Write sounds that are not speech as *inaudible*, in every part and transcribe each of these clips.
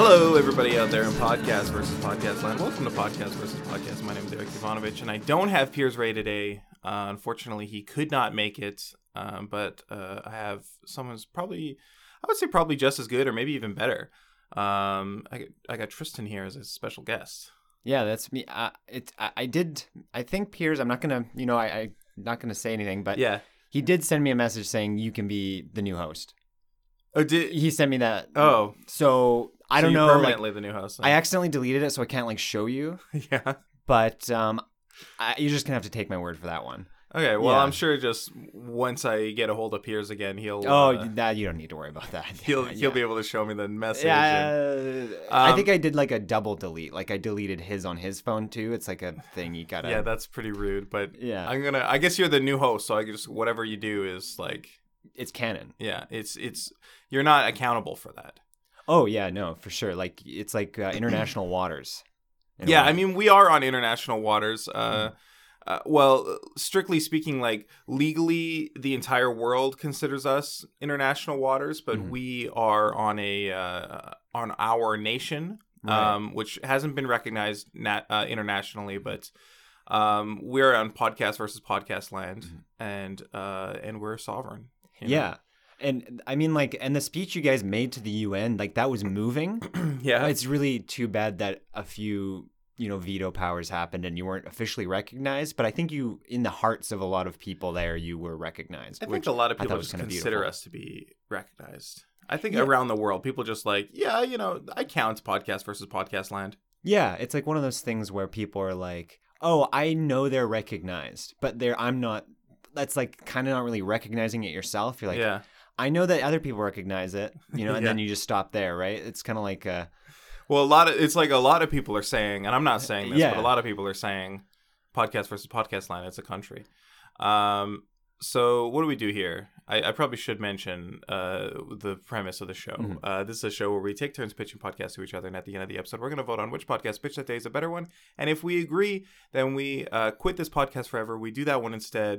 Hello, everybody out there in Podcast versus Podcast Land. Welcome to Podcast versus Podcast. My name is Eric Ivanovich, and I don't have Piers Ray today. Uh, unfortunately, he could not make it, um, but uh, I have someone who's probably, I would say, probably just as good or maybe even better. Um, I, got- I got Tristan here as a special guest. Yeah, that's me. Uh, it, I, I did. I think Piers. I'm not gonna. You know, I, I not gonna say anything. But Yeah. he did send me a message saying you can be the new host. Oh, did He sent me that. oh? so I so don't you know. Like, Permanently the new host. I accidentally deleted it, so I can't like show you. *laughs* yeah. But um, I, you're just gonna have to take my word for that one. Okay. Well, Yeah. I'm sure just once I get a hold of Piers again, he'll Oh, uh, that you don't need to worry about that. *laughs* he'll Yeah. he'll be able to show me the message. and- Yeah, I Um, think I did like a double delete. Like I deleted his on his phone too. It's like a thing you gotta. yeah, that's pretty rude, but *laughs* yeah. I'm gonna. I guess you're the new host, so I just whatever you do is like, it's canon. yeah, it's it's you're not accountable for that. Oh yeah, no, for sure. Like it's like uh, international waters. in a yeah, way. Mm-hmm. I mean we are on international waters. Uh, uh, well, strictly speaking, like legally, the entire world considers us international waters, but Mhm. we are on a uh, on our nation, Right. um, which hasn't been recognized nat- uh, internationally, but. Um, we're on podcast versus podcast land, Mhm. and uh, and we're sovereign. you know? yeah, and I mean like, and the speech you guys made to the UN, like that was *clears throat* moving. Uh, yeah. it's really too bad that a few you know veto powers happened and you weren't officially recognized. But I think you, in the hearts of a lot of people there, you were recognized. I which think a lot of I thought people was just kinda consider beautiful. us to be recognized. I think Yeah. around the world, people just like, yeah, you know, I count podcast versus podcast land. Yeah, it's like one of those things where people are like, "Oh, I know they're recognized, but they're I'm not." That's like kind of not really recognizing it yourself. You're like, yeah. I know that other people recognize it, you *laughs* know, and Yeah. then you just stop there, right? It's kind of like, uh, Well, a lot of it's like a lot of people are saying, and I'm not saying this, Yeah. but a lot of people are saying, podcast versus podcast land. It's a country. Um. So what do we do here? I, I probably should mention uh, the premise of the show. Mhm. Uh, this is a show where we take turns pitching podcasts to each other, and at the end of the episode, we're going to vote on which podcast pitch that day is a better one. And if we agree, then we uh, quit this podcast forever. We do that one instead.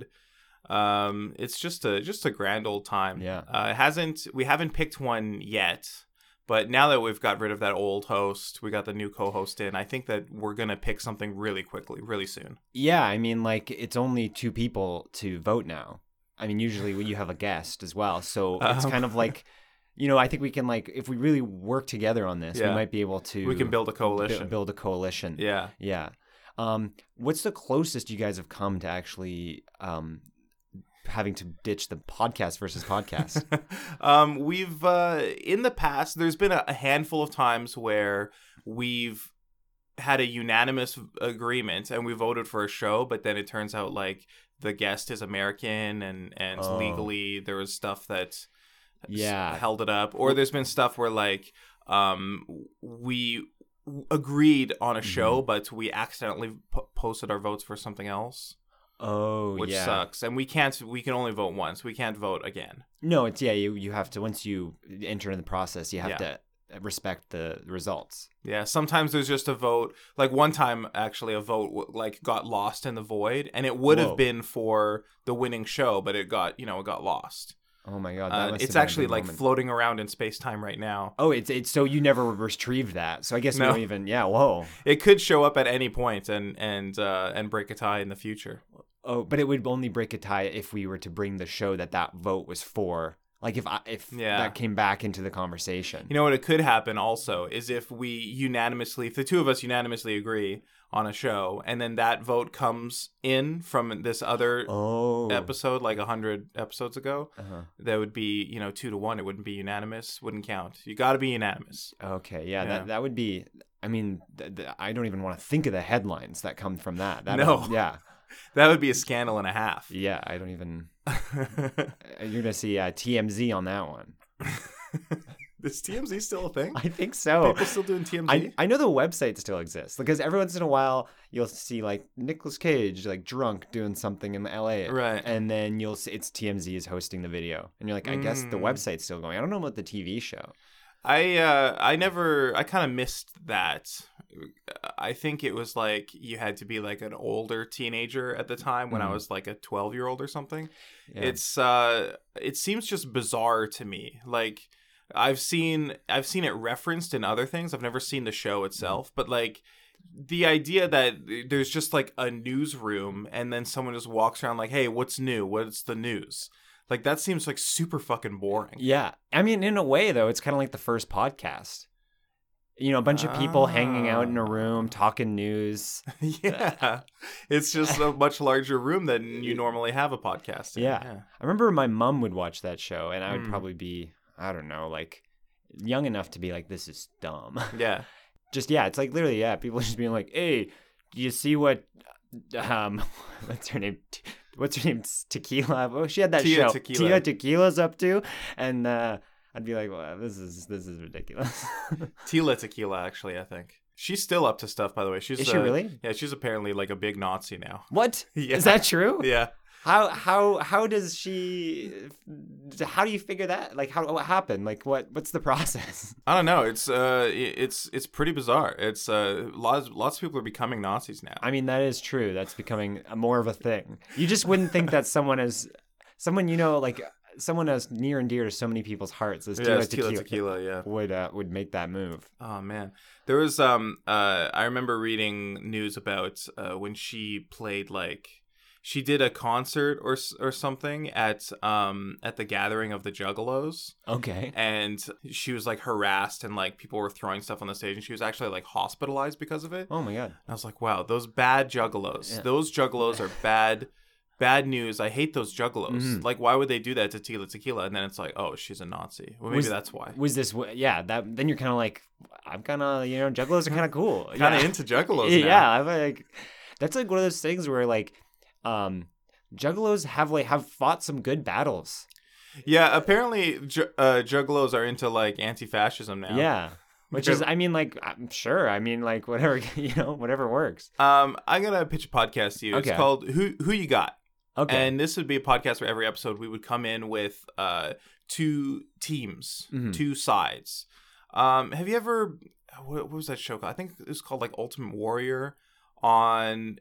Um, it's just a just a grand old time. Yeah. Uh, it hasn't we haven't picked one yet, but now that we've got rid of that old host, we got the new co-host in. I think that we're gonna pick something really quickly, really soon. yeah, I mean, like it's only two people to vote now. I mean, usually when you have a guest as well, so *laughs* it's Um. kind of like, you know, I think we can like if we really work together on this, Yeah. we might be able to We can build a bu- coalition. build a coalition. yeah. Yeah. Um, what's the closest you guys have come to actually um, having to ditch the podcast *laughs* versus podcast? um, we've uh, in the past there's been a, a handful of times where we've had a unanimous agreement and we voted for a show but then it turns out like the guest is american and and Oh. legally there was stuff that s- Yeah. held it up or there's been stuff where like um we w- agreed on a show Mm-hmm. but we accidentally po- posted our votes for something else oh, which yeah. sucks and we can't we can only vote once we can't vote again No, it's yeah. You you have to once you enter in the process, you have Yeah. to uh, respect the results. Yeah, sometimes there's just a vote. Like one time, actually, a vote w- like got lost in the void, and it would Whoa. have been for the winning show, but it got you know it got lost. Oh my god, that Uh, must have it's been a actually good like moment. floating around in space time right now. oh, it's it's so you never retrieved that. So I guess No. we don't even yeah. Whoa. It could show up at any point and and uh, and break a tie in the future. Oh, but it would only break a tie if we were to bring the show that that vote was for. Like if I, if Yeah. that came back into the conversation. You know what? It could happen also is if we unanimously, if the two of us unanimously agree on a show, and then that vote comes in from this other oh. episode, like hundred episodes ago. uh that would be you know two to one it wouldn't be unanimous wouldn't count you got to be unanimous Okay. Yeah, Yeah. That that would be. I mean, th- th- I don't even want to think of the headlines that come from that. that No. *laughs* Yeah. that would be a scandal and a *laughs* half Yeah. I don't even. You're gonna see uh, TMZ on that one. is tmz still a thing I think so. people still doing tmz I, I know the website still exists because every once in a while you'll see like Nicolas Cage like drunk doing something in LA. Right. And then you'll see it's TMZ is hosting the video. And you're like, I guess the Mm. website's still going. I don't know about the TV show. I uh, I never I kind of missed that. I think it was like you had to be like an older teenager at the time when I Mhm. was like a 12 year old or something. Yeah. It's uh it seems just bizarre to me. Like I've seen I've seen it referenced in other things. I've never seen the Mm-hmm. show itself, but like the idea that there's just like a newsroom and then someone just walks around like, "Hey, what's new? What's the news?" Like that seems like super fucking boring. Yeah. I mean, in a way, though, it's kind of like the first podcast. You know, a bunch of people hanging out Ah. in a room talking news. *laughs* yeah. It's just a much larger room than you normally have a podcast in. Yeah. I remember my mom would watch that show, and I would Mm. probably be, I don't know, like young enough to be like, this is dumb. Yeah. Yeah. just, yeah, it's like literally, yeah, people *laughs* just being like, hey, do you see what, um, *laughs* what's her name? T- What's her name? Tequila. Oh, she had that Tia show. Tequila. Tia Tequila's up to, and uh, I'd be like, well, this is this is ridiculous. *laughs* Tila Tequila actually, I think. She's still up to stuff by the way. She's Is she uh, really? Yeah, she's apparently like a big Nazi now. *laughs* What is Yeah. that true? Yeah. How how how does she? How do you figure that? Like how what happened? Like what what's the process? I don't know. It's uh i- it's it's pretty bizarre. It's uh lots lots of people are becoming Nazis now. I mean, that is true. That's becoming a- more of a thing. You just wouldn't think that someone as someone you know like someone as near and dear to so many people's hearts as yeah, Tila it's tequila, Tequila, tequila, yeah. would uh, would make that move. Oh man, there was um uh I remember reading news about uh when she played like she did a concert or s- or something at um at the gathering of the Juggalos Okay. and she was like harassed and like people were throwing stuff on the stage and she was actually like hospitalized because of it. Oh my god. I was like, wow, those bad juggalos. Yeah. Those juggalos are bad, bad news. I hate those juggalos. Mhm. Like, why would they do that to Tila Tequila? And then it's like, oh, she's a Nazi. Well, maybe Was- that's why. Was this wh- yeah? That then you're kind of like I'm kind of you know juggalos are kind *laughs* of cool. Kind of yeah. into juggalos now. *laughs* yeah, I'm like that's like one of those things where like um juggalos have like have fought some good battles. Yeah, apparently ju- uh, juggalos are into, like, anti-fascism now. Yeah. Which is I mean like I'm sure. I mean like whatever, *laughs* you know, whatever works. Um, I'm going to pitch a podcast to you. Okay. It's called Who Who You Got? Okay. And this would be a podcast where every episode we would come in with uh, two teams, Mhm. two sides. Um, have you ever, what, what was that show called? I think it was called like Ultimate Warrior on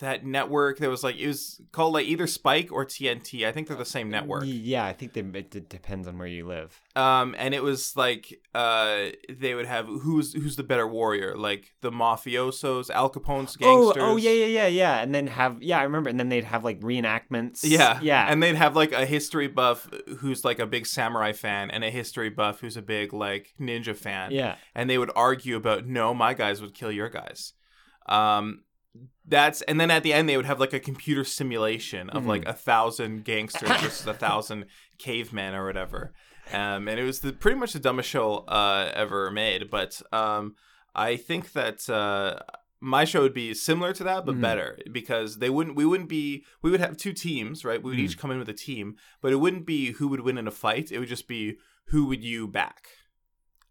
that network that was like, it was called like either Spike or TNT. I think they're the same network. Y- Yeah, I think they, it d- depends on where you live. Um, and it was like uh, they would have who's who's the better warrior, like the mafiosos, Al Capone's gangsters. Oh, oh yeah, yeah, yeah, yeah. And then have yeah, I remember. And then they'd have like reenactments. Yeah. yeah. And they'd have like a history buff who's like a big samurai fan and a history buff who's a big like ninja fan. yeah. And they would argue about no, my guys would kill your guys. Um that's and then at the end they would have like a computer simulation of Mhm. like a thousand gangsters versus a thousand cavemen or whatever. Um and it was the, pretty much the dumbest show uh ever made, but um I think that uh my show would be similar to that but Mhm. better because they wouldn't we wouldn't be we would have two teams right we would each come in with a team but it wouldn't be who would win in a fight it would just be who would you back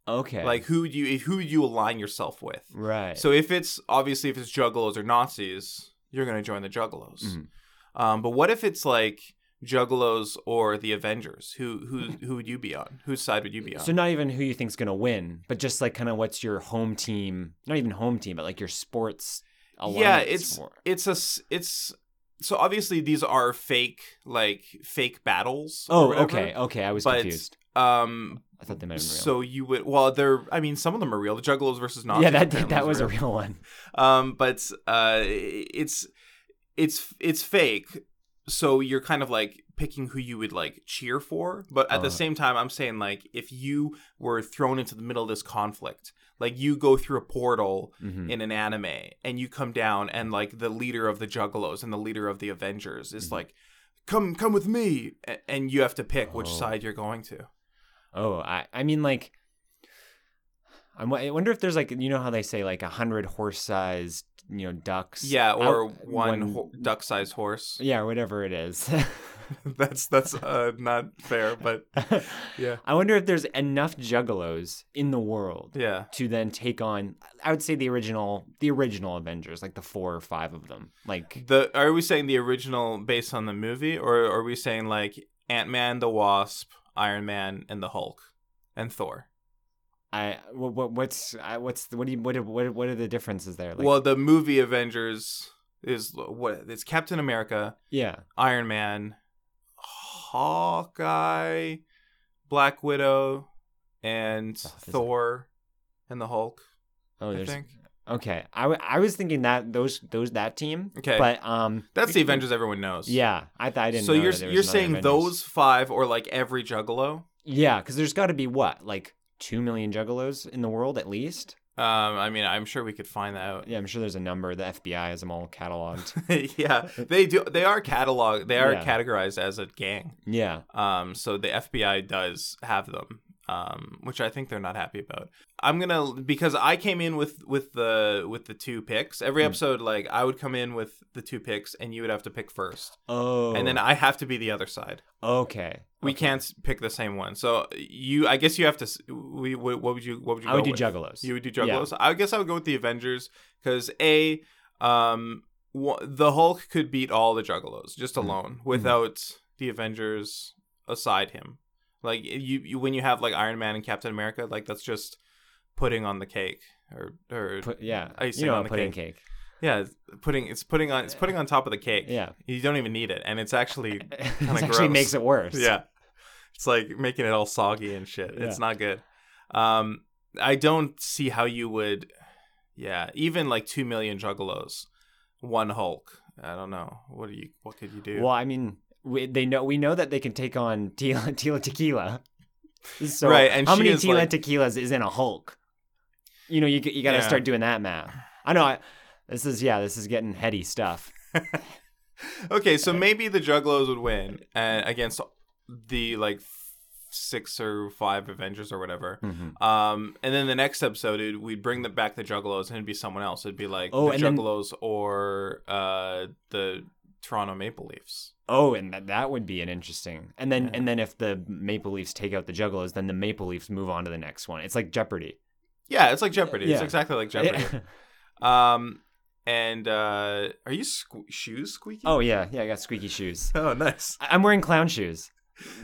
Okay. like who would you who would you align yourself with right. so if it's obviously if it's juggalos or nazis you're going to join the juggalos Mhm. um, but what if it's like juggalos or the avengers who who who would you be on whose side would you be on So not even who you think's gonna win, but just like kind of what's your home team? Not even home team, but like your sports. yeah alliance it's for. it's a s- it's so obviously these are fake like fake battles or Oh, whatever. okay, okay. I was But confused. um I thought they might have been so real. you would well they're i mean some of them are real the juggalos versus nazis yeah, that apparently that is was real. a real *laughs* one. um but uh it's it's it's fake so you're kind of like picking who you would like cheer for but at Uh. the same time i'm saying like if you were thrown into the middle of this conflict like you go through a portal Mhm. in an anime and you come down and like the leader of the juggalos and the leader of the avengers is Mhm. like come come with me a- and you have to pick which Oh. side you're going to Oh, I I mean like. I'm, I wonder if there's like you know how they say like a hundred horse-sized you know ducks. yeah or out- one, ho- duck-sized horse Yeah, or whatever it is. *laughs* *laughs* that's that's uh, not fair but yeah I wonder if there's enough juggalos in the world yeah to then take on I would say the original the original Avengers, like the four or five of them. Like The are we saying the original based on the movie, or are we saying like Ant Man, the Wasp, Iron Man, and the Hulk, and Thor? I what, what what's I, what's what do you what are- what are- what are the differences there? Like well, the movie Avengers is what it's Captain America, yeah. Iron Man, Hawkeye, Black Widow and Oh, this is- Thor and the Hulk. Oh, I there's think okay. I, w- I was thinking that those those that team. Okay. but um, that's the Avengers everyone knows. Yeah, I th- I didn't. So know you're that there was you're another saying Avengers. those five or like every Juggalo? Yeah, because there's got to be what like two million Juggalos in the world at least. Um, I mean, I'm sure we could find that out. Yeah, I'm sure there's a number. The FBI has them all cataloged. *laughs* yeah, they do. They are catalog. They are Yeah. categorized as a gang. yeah, Um, so the FBI does have them. Um, which I think they're not happy about. I'm gonna because I came in with with the with the two picks. Every Mm. episode, like I would come in with the two picks, and you would have to pick first, Oh, and then I have to be the other side. okay, We okay. can't s- pick the same one. So you, I guess you have to. s- We, what what would you? What would you? I would go do with? Juggalos. You would do Yeah. Juggalos. I guess I would go with the Avengers because a, um, wha- the Hulk could beat all the Juggalos just Mhm. alone without the Avengers aside him. Like you, you, when you have like Iron Man and Captain America, like that's just putting on the cake or or Put, yeah, Icing you know, on a the pudding cake. yeah, it's putting it's putting on it's putting on top of the cake. *laughs* Yeah, You don't even need it, and it's actually it actually gross. makes it worse. Yeah. It's like making it all soggy and shit. It's Yeah. not good. Um I don't see how you would yeah, even like 2 million juggalos, one Hulk. I don't know. What do you what could you do? Well, I mean, we, they know we know that they can take on *laughs* Tila, Tila Tequila. So Right, and how she many is, Tila like- Tequilas is in a Hulk? You know, you g- you got to Yeah. start doing that math. I know. I, this is yeah, this is getting heady stuff. okay, eh. so maybe the juggalos would win uh, against the like f- six or five Avengers or whatever. Mm-hmm. Um, and then the next episode, it, we'd bring the, back the Juggalos, and it'd be someone else. It'd be like Oh, the and then- Juggalos or uh, the Toronto Maple Leafs. Oh, and that that would be an interesting. And then Yeah. and then if the Maple Leafs take out the Juggalos, then the Maple Leafs move on to the next one. It's like Jeopardy. Yeah, it's like Jeopardy. It's Yeah. exactly *laughs* like Jeopardy. Um, and uh, are you sque- shoes squeaky? oh yeah, yeah, I got squeaky shoes. *laughs* oh, nice. *laughs* I- I'm wearing clown shoes.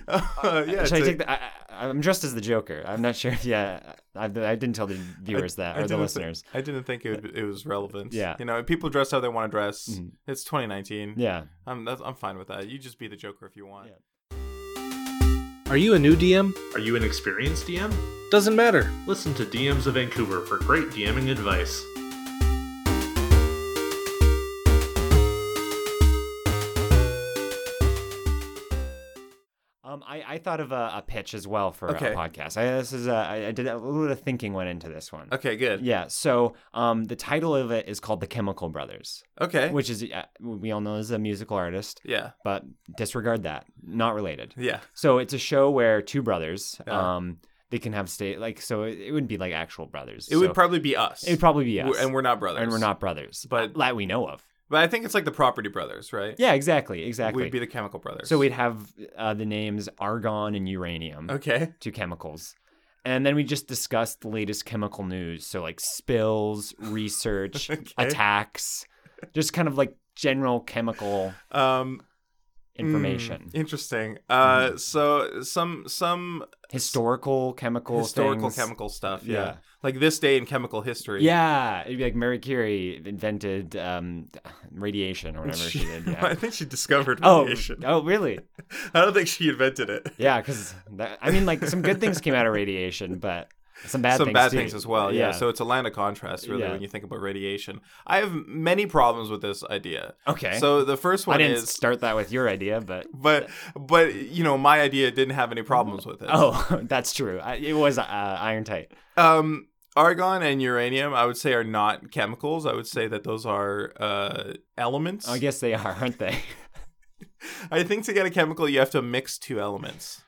Uh, yeah, Should I it's a- take the, I, I- I'm dressed as the Joker. I'm not sure. If, yeah, I, I didn't tell the viewers that I or the didn't listeners. I didn't think it would, it was relevant. Yeah. you know, people dress how they want to dress. Mhm. It's 2019. Yeah. I'm that's, I'm fine with that. You just be the Joker if you want. Yeah. Are you a new DM? Are you an experienced DM? Doesn't matter. Listen to DMs of Vancouver for great DMing advice. Um, I, I thought of a, a pitch as well for Okay. a podcast. I, this is a, I, I did a little bit of thinking went into this one. Okay, good. Yeah. So um, the title of it is called The Chemical Brothers, Okay. which is uh, we all know is a musical artist, yeah. but disregard that. Not related. Yeah. Uh-huh. So it's a show where two brothers, Yeah. um, they can have state like so it, it wouldn't be like actual brothers. It would So probably be us. it would probably be us, We're- and we're not brothers. and we're not brothers, But- that we know of. But I think it's like the Property Brothers, right? Yeah, exactly, exactly. We'd be the Chemical Brothers. so we'd have uh, the names argon and uranium. Okay. two chemicals. And then we just discussed the latest chemical news. So, *laughs* like spills, research, Okay. attacks, just kind of like general chemical Um. mm, information, Mm-hmm. interesting. Uh. So some some historical chemical historical things. chemical stuff. Yeah. Yeah. Like this day in chemical history. Yeah, it'd be like Mary Curie invented um, radiation or whatever she did. *laughs* Yeah. I think she discovered Oh, radiation. oh, really? I don't think she invented it. Yeah, because I mean, like some good things came out of radiation, but some bad Some things bad too. things as well. Yeah. So it's a line of contrast, really, Yeah. when you think about radiation. I have many problems with this idea. okay, So the first I one didn't is, start that with your idea, but but but you know, my idea didn't have any problems with it. Oh, *laughs* that's true. I, it was uh, Iron Tight. Um, argon and uranium, I would say, are not chemicals. I would say that those are uh, elements. I guess they are, aren't they? *laughs* I think to get a chemical, you have to mix two elements.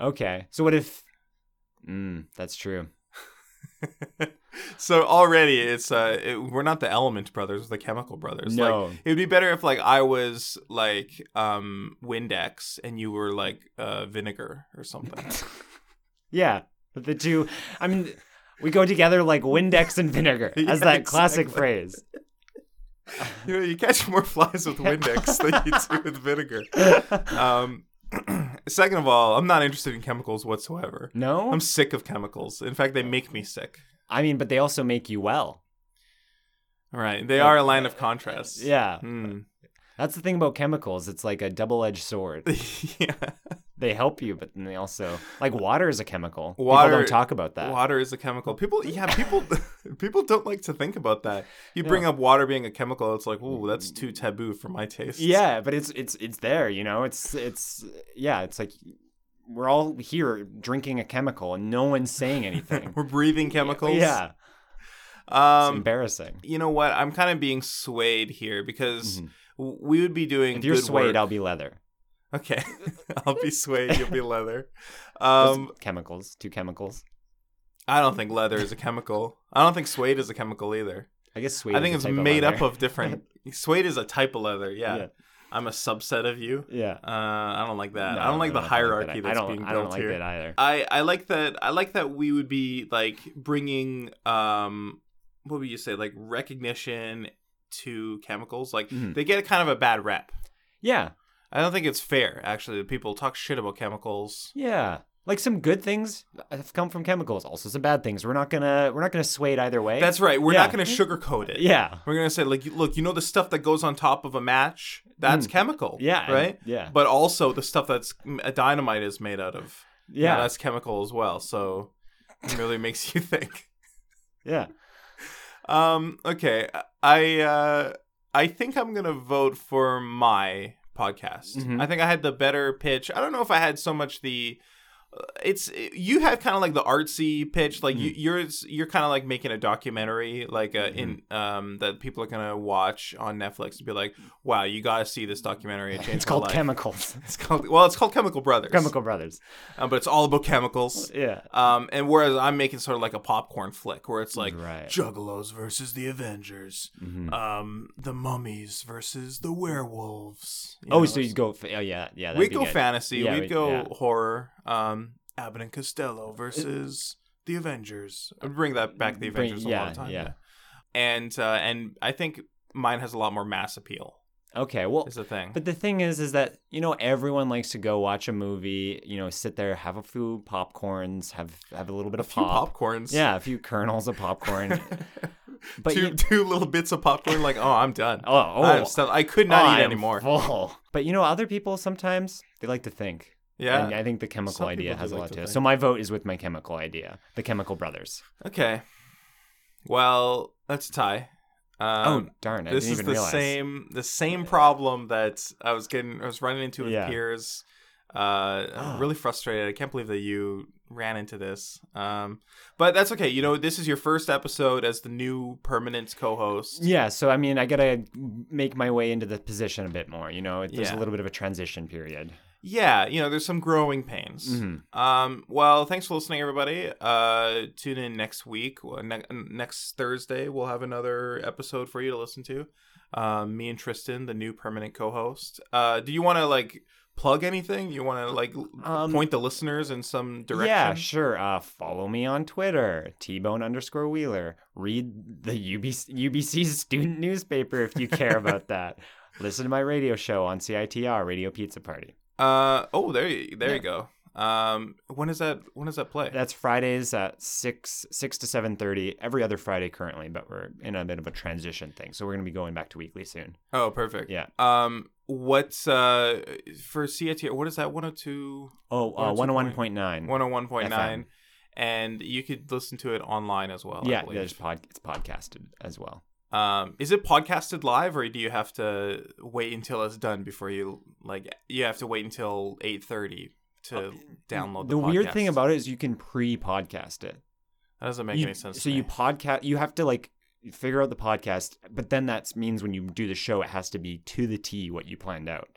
okay. So what if? Mm, that's true. So already, it's uh, it, we're not the element brothers, we're the chemical brothers. Like, no. It would be better if like I was like um Windex and you were like uh vinegar or *laughs* something. yeah, but the two. I mean, we go together like Windex and *laughs* vinegar, Yeah, as that classic exactly. phrase. you know, you catch more flies with Windex than you *laughs* do with vinegar. Um *clears throat* second of all, I'm not interested in chemicals whatsoever. No, I'm sick of chemicals. In fact, they make me sick. i mean, but they also make you well. All right. They are a line of contrast. Yeah. Hmm. *laughs* That's the thing about chemicals. It's like a double-edged sword. yeah. they help you, but then they also like water is a chemical. People Water- don't talk about that. Water is a chemical. People, yeah, people, *laughs* people don't like to think about that. You No. bring up water being a chemical, it's like, ooh, that's too taboo for my taste. Mm. Yeah, but it's it's it's there, you know. It's it's yeah, it's like we're all here drinking a chemical and no one's saying *laughs* anything. *laughs* we're breathing chemicals. yeah. It's um, embarrassing. you know what? I'm kind of being swayed here because Mhm. w- we would be doing. If you're good swayed, work. I'll be leather. *laughs* Okay, *laughs* I'll be suede. You'll be leather. Those Um, chemicals, two chemicals. I don't think leather is a chemical. I don't think suede is a chemical either. I guess suede. I think is it's a type made up leather. of *laughs* different. suede is a type of leather. Yeah. Yeah. I'm a subset of you. yeah. Uh, I don't like that. No, I don't like no, the no, hierarchy I that's don't, like being that. I don't, I don't built like here. that either. I I like that. I like that we would be like bringing um, what would you say like recognition to chemicals. Like Mhm. they get kind of a bad rap. yeah, I don't think it's fair, actually, that people talk shit about chemicals. yeah. Like some good things have come from chemicals. Also some bad things. We're not gonna we're not gonna sway it either way. That's right. We're not Yeah. going to sugarcoat it. yeah, We're going to say, like, you- look, you know, the stuff that goes on top of a match? That's Mm. chemical. Yeah, Right? yeah. But also the stuff that's mm, a dynamite is made out of. you know, yeah, that's chemical as well. So it really *laughs* makes you think. yeah. Um, okay. I, uh, I think I'm going to vote for my podcast. Mhm. I think I had the better pitch. I don't know if I had so much the uh, it's you have kind of like the artsy pitch like Mm. you, you're you're kind of like making a documentary like uh, in Mm-hmm. um that people are gonna watch on netflix and be like wow you gotta see this documentary it changed It's my called life." *laughs* chemicals. it's called well it's called chemical brothers Chemical Brothers. um, but it's all about chemicals Yeah. um and whereas i'm making sort of like a popcorn flick where it's like Right. Mm-hmm. juggalos versus the avengers um the mummies versus the werewolves you Oh, know, so you'd go? Fa- oh, yeah, yeah. that'd we'd be go good. fantasy. Yeah, we'd, we'd- go yeah. horror. Um, Abbott and Costello versus the Avengers. I'd bring that back. The Bring- Avengers a yeah, lot of time. yeah. Yeah. And uh, and I think mine has a lot more mass appeal. Okay, well, Is the thing. but the thing is, is that you know everyone likes to go watch a movie. You know, sit there, have a few popcorns, have have a little bit a of few pop. popcorns. *laughs* Yeah, a few kernels of popcorn. but two you- two little bits of popcorn. Like oh, I'm done. oh, oh, I'm stuffed. I could not oh, eat I'm anymore. full. But you know, other people sometimes they like to think. Yeah. And I think the chemical Some idea people do has a like lot to to it. think. So my vote is with my chemical idea, the Chemical Brothers. Okay. Well, that's a tie. Um, oh darn! I this didn't is even the realize. same the same problem that I was getting I was running into with Yeah. peers. Uh, *gasps* I'm really frustrated. I can't believe that you ran into this. Um, but that's okay. You know, this is your first episode as the new permanent co-host. Yeah, so I mean, I gotta make my way into the position a bit more. You know, there's Yeah. a little bit of a transition period. Yeah, you know, there's some growing pains. Mhm. Um, well, thanks for listening, everybody. Uh, tune in next week. Well, Ne- next Thursday, we'll have another episode for you to listen to. Um, me and Tristan, the new permanent co-host. Uh, do you want to like plug anything? You want to like l- Um, point the listeners in some direction? Yeah, sure. Uh, follow me on Twitter, T Bone underscore Wheeler. Read the UBC, UBC student newspaper if you *laughs* care about that. Listen to my radio show on CITR, Radio Pizza Party. Uh, oh, there you there you go. Um, when is that? When does that play? That's Fridays at six six to seven thirty every other Friday currently, but we're in a bit of a transition thing, so we're gonna be going back to weekly soon. oh, perfect. Yeah. Um, what's uh for CITR? What is that? 102. Oh, uh, one hundred one point nine. 101.9 FM. and you could listen to it online as well I Yeah, believe. there's pod. It's podcasted as well. um is it podcasted live or do you have to wait until it's done before you like you have to wait until 8:30 to download the, Uh, the weird podcast? thing about it is you can pre-podcast it. that doesn't make You- any sense So to you me. podcast, you have to like figure out the podcast, but then that means when you do the show, it has to be to the T what you planned out.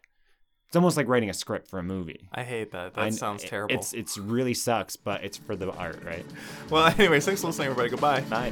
It's almost like writing a script for a movie. I hate that. That I- sounds it- terrible. It's it's really sucks, but it's for the art, right? Well, *laughs* anyways, thanks for listening, everybody. Goodbye. Bye.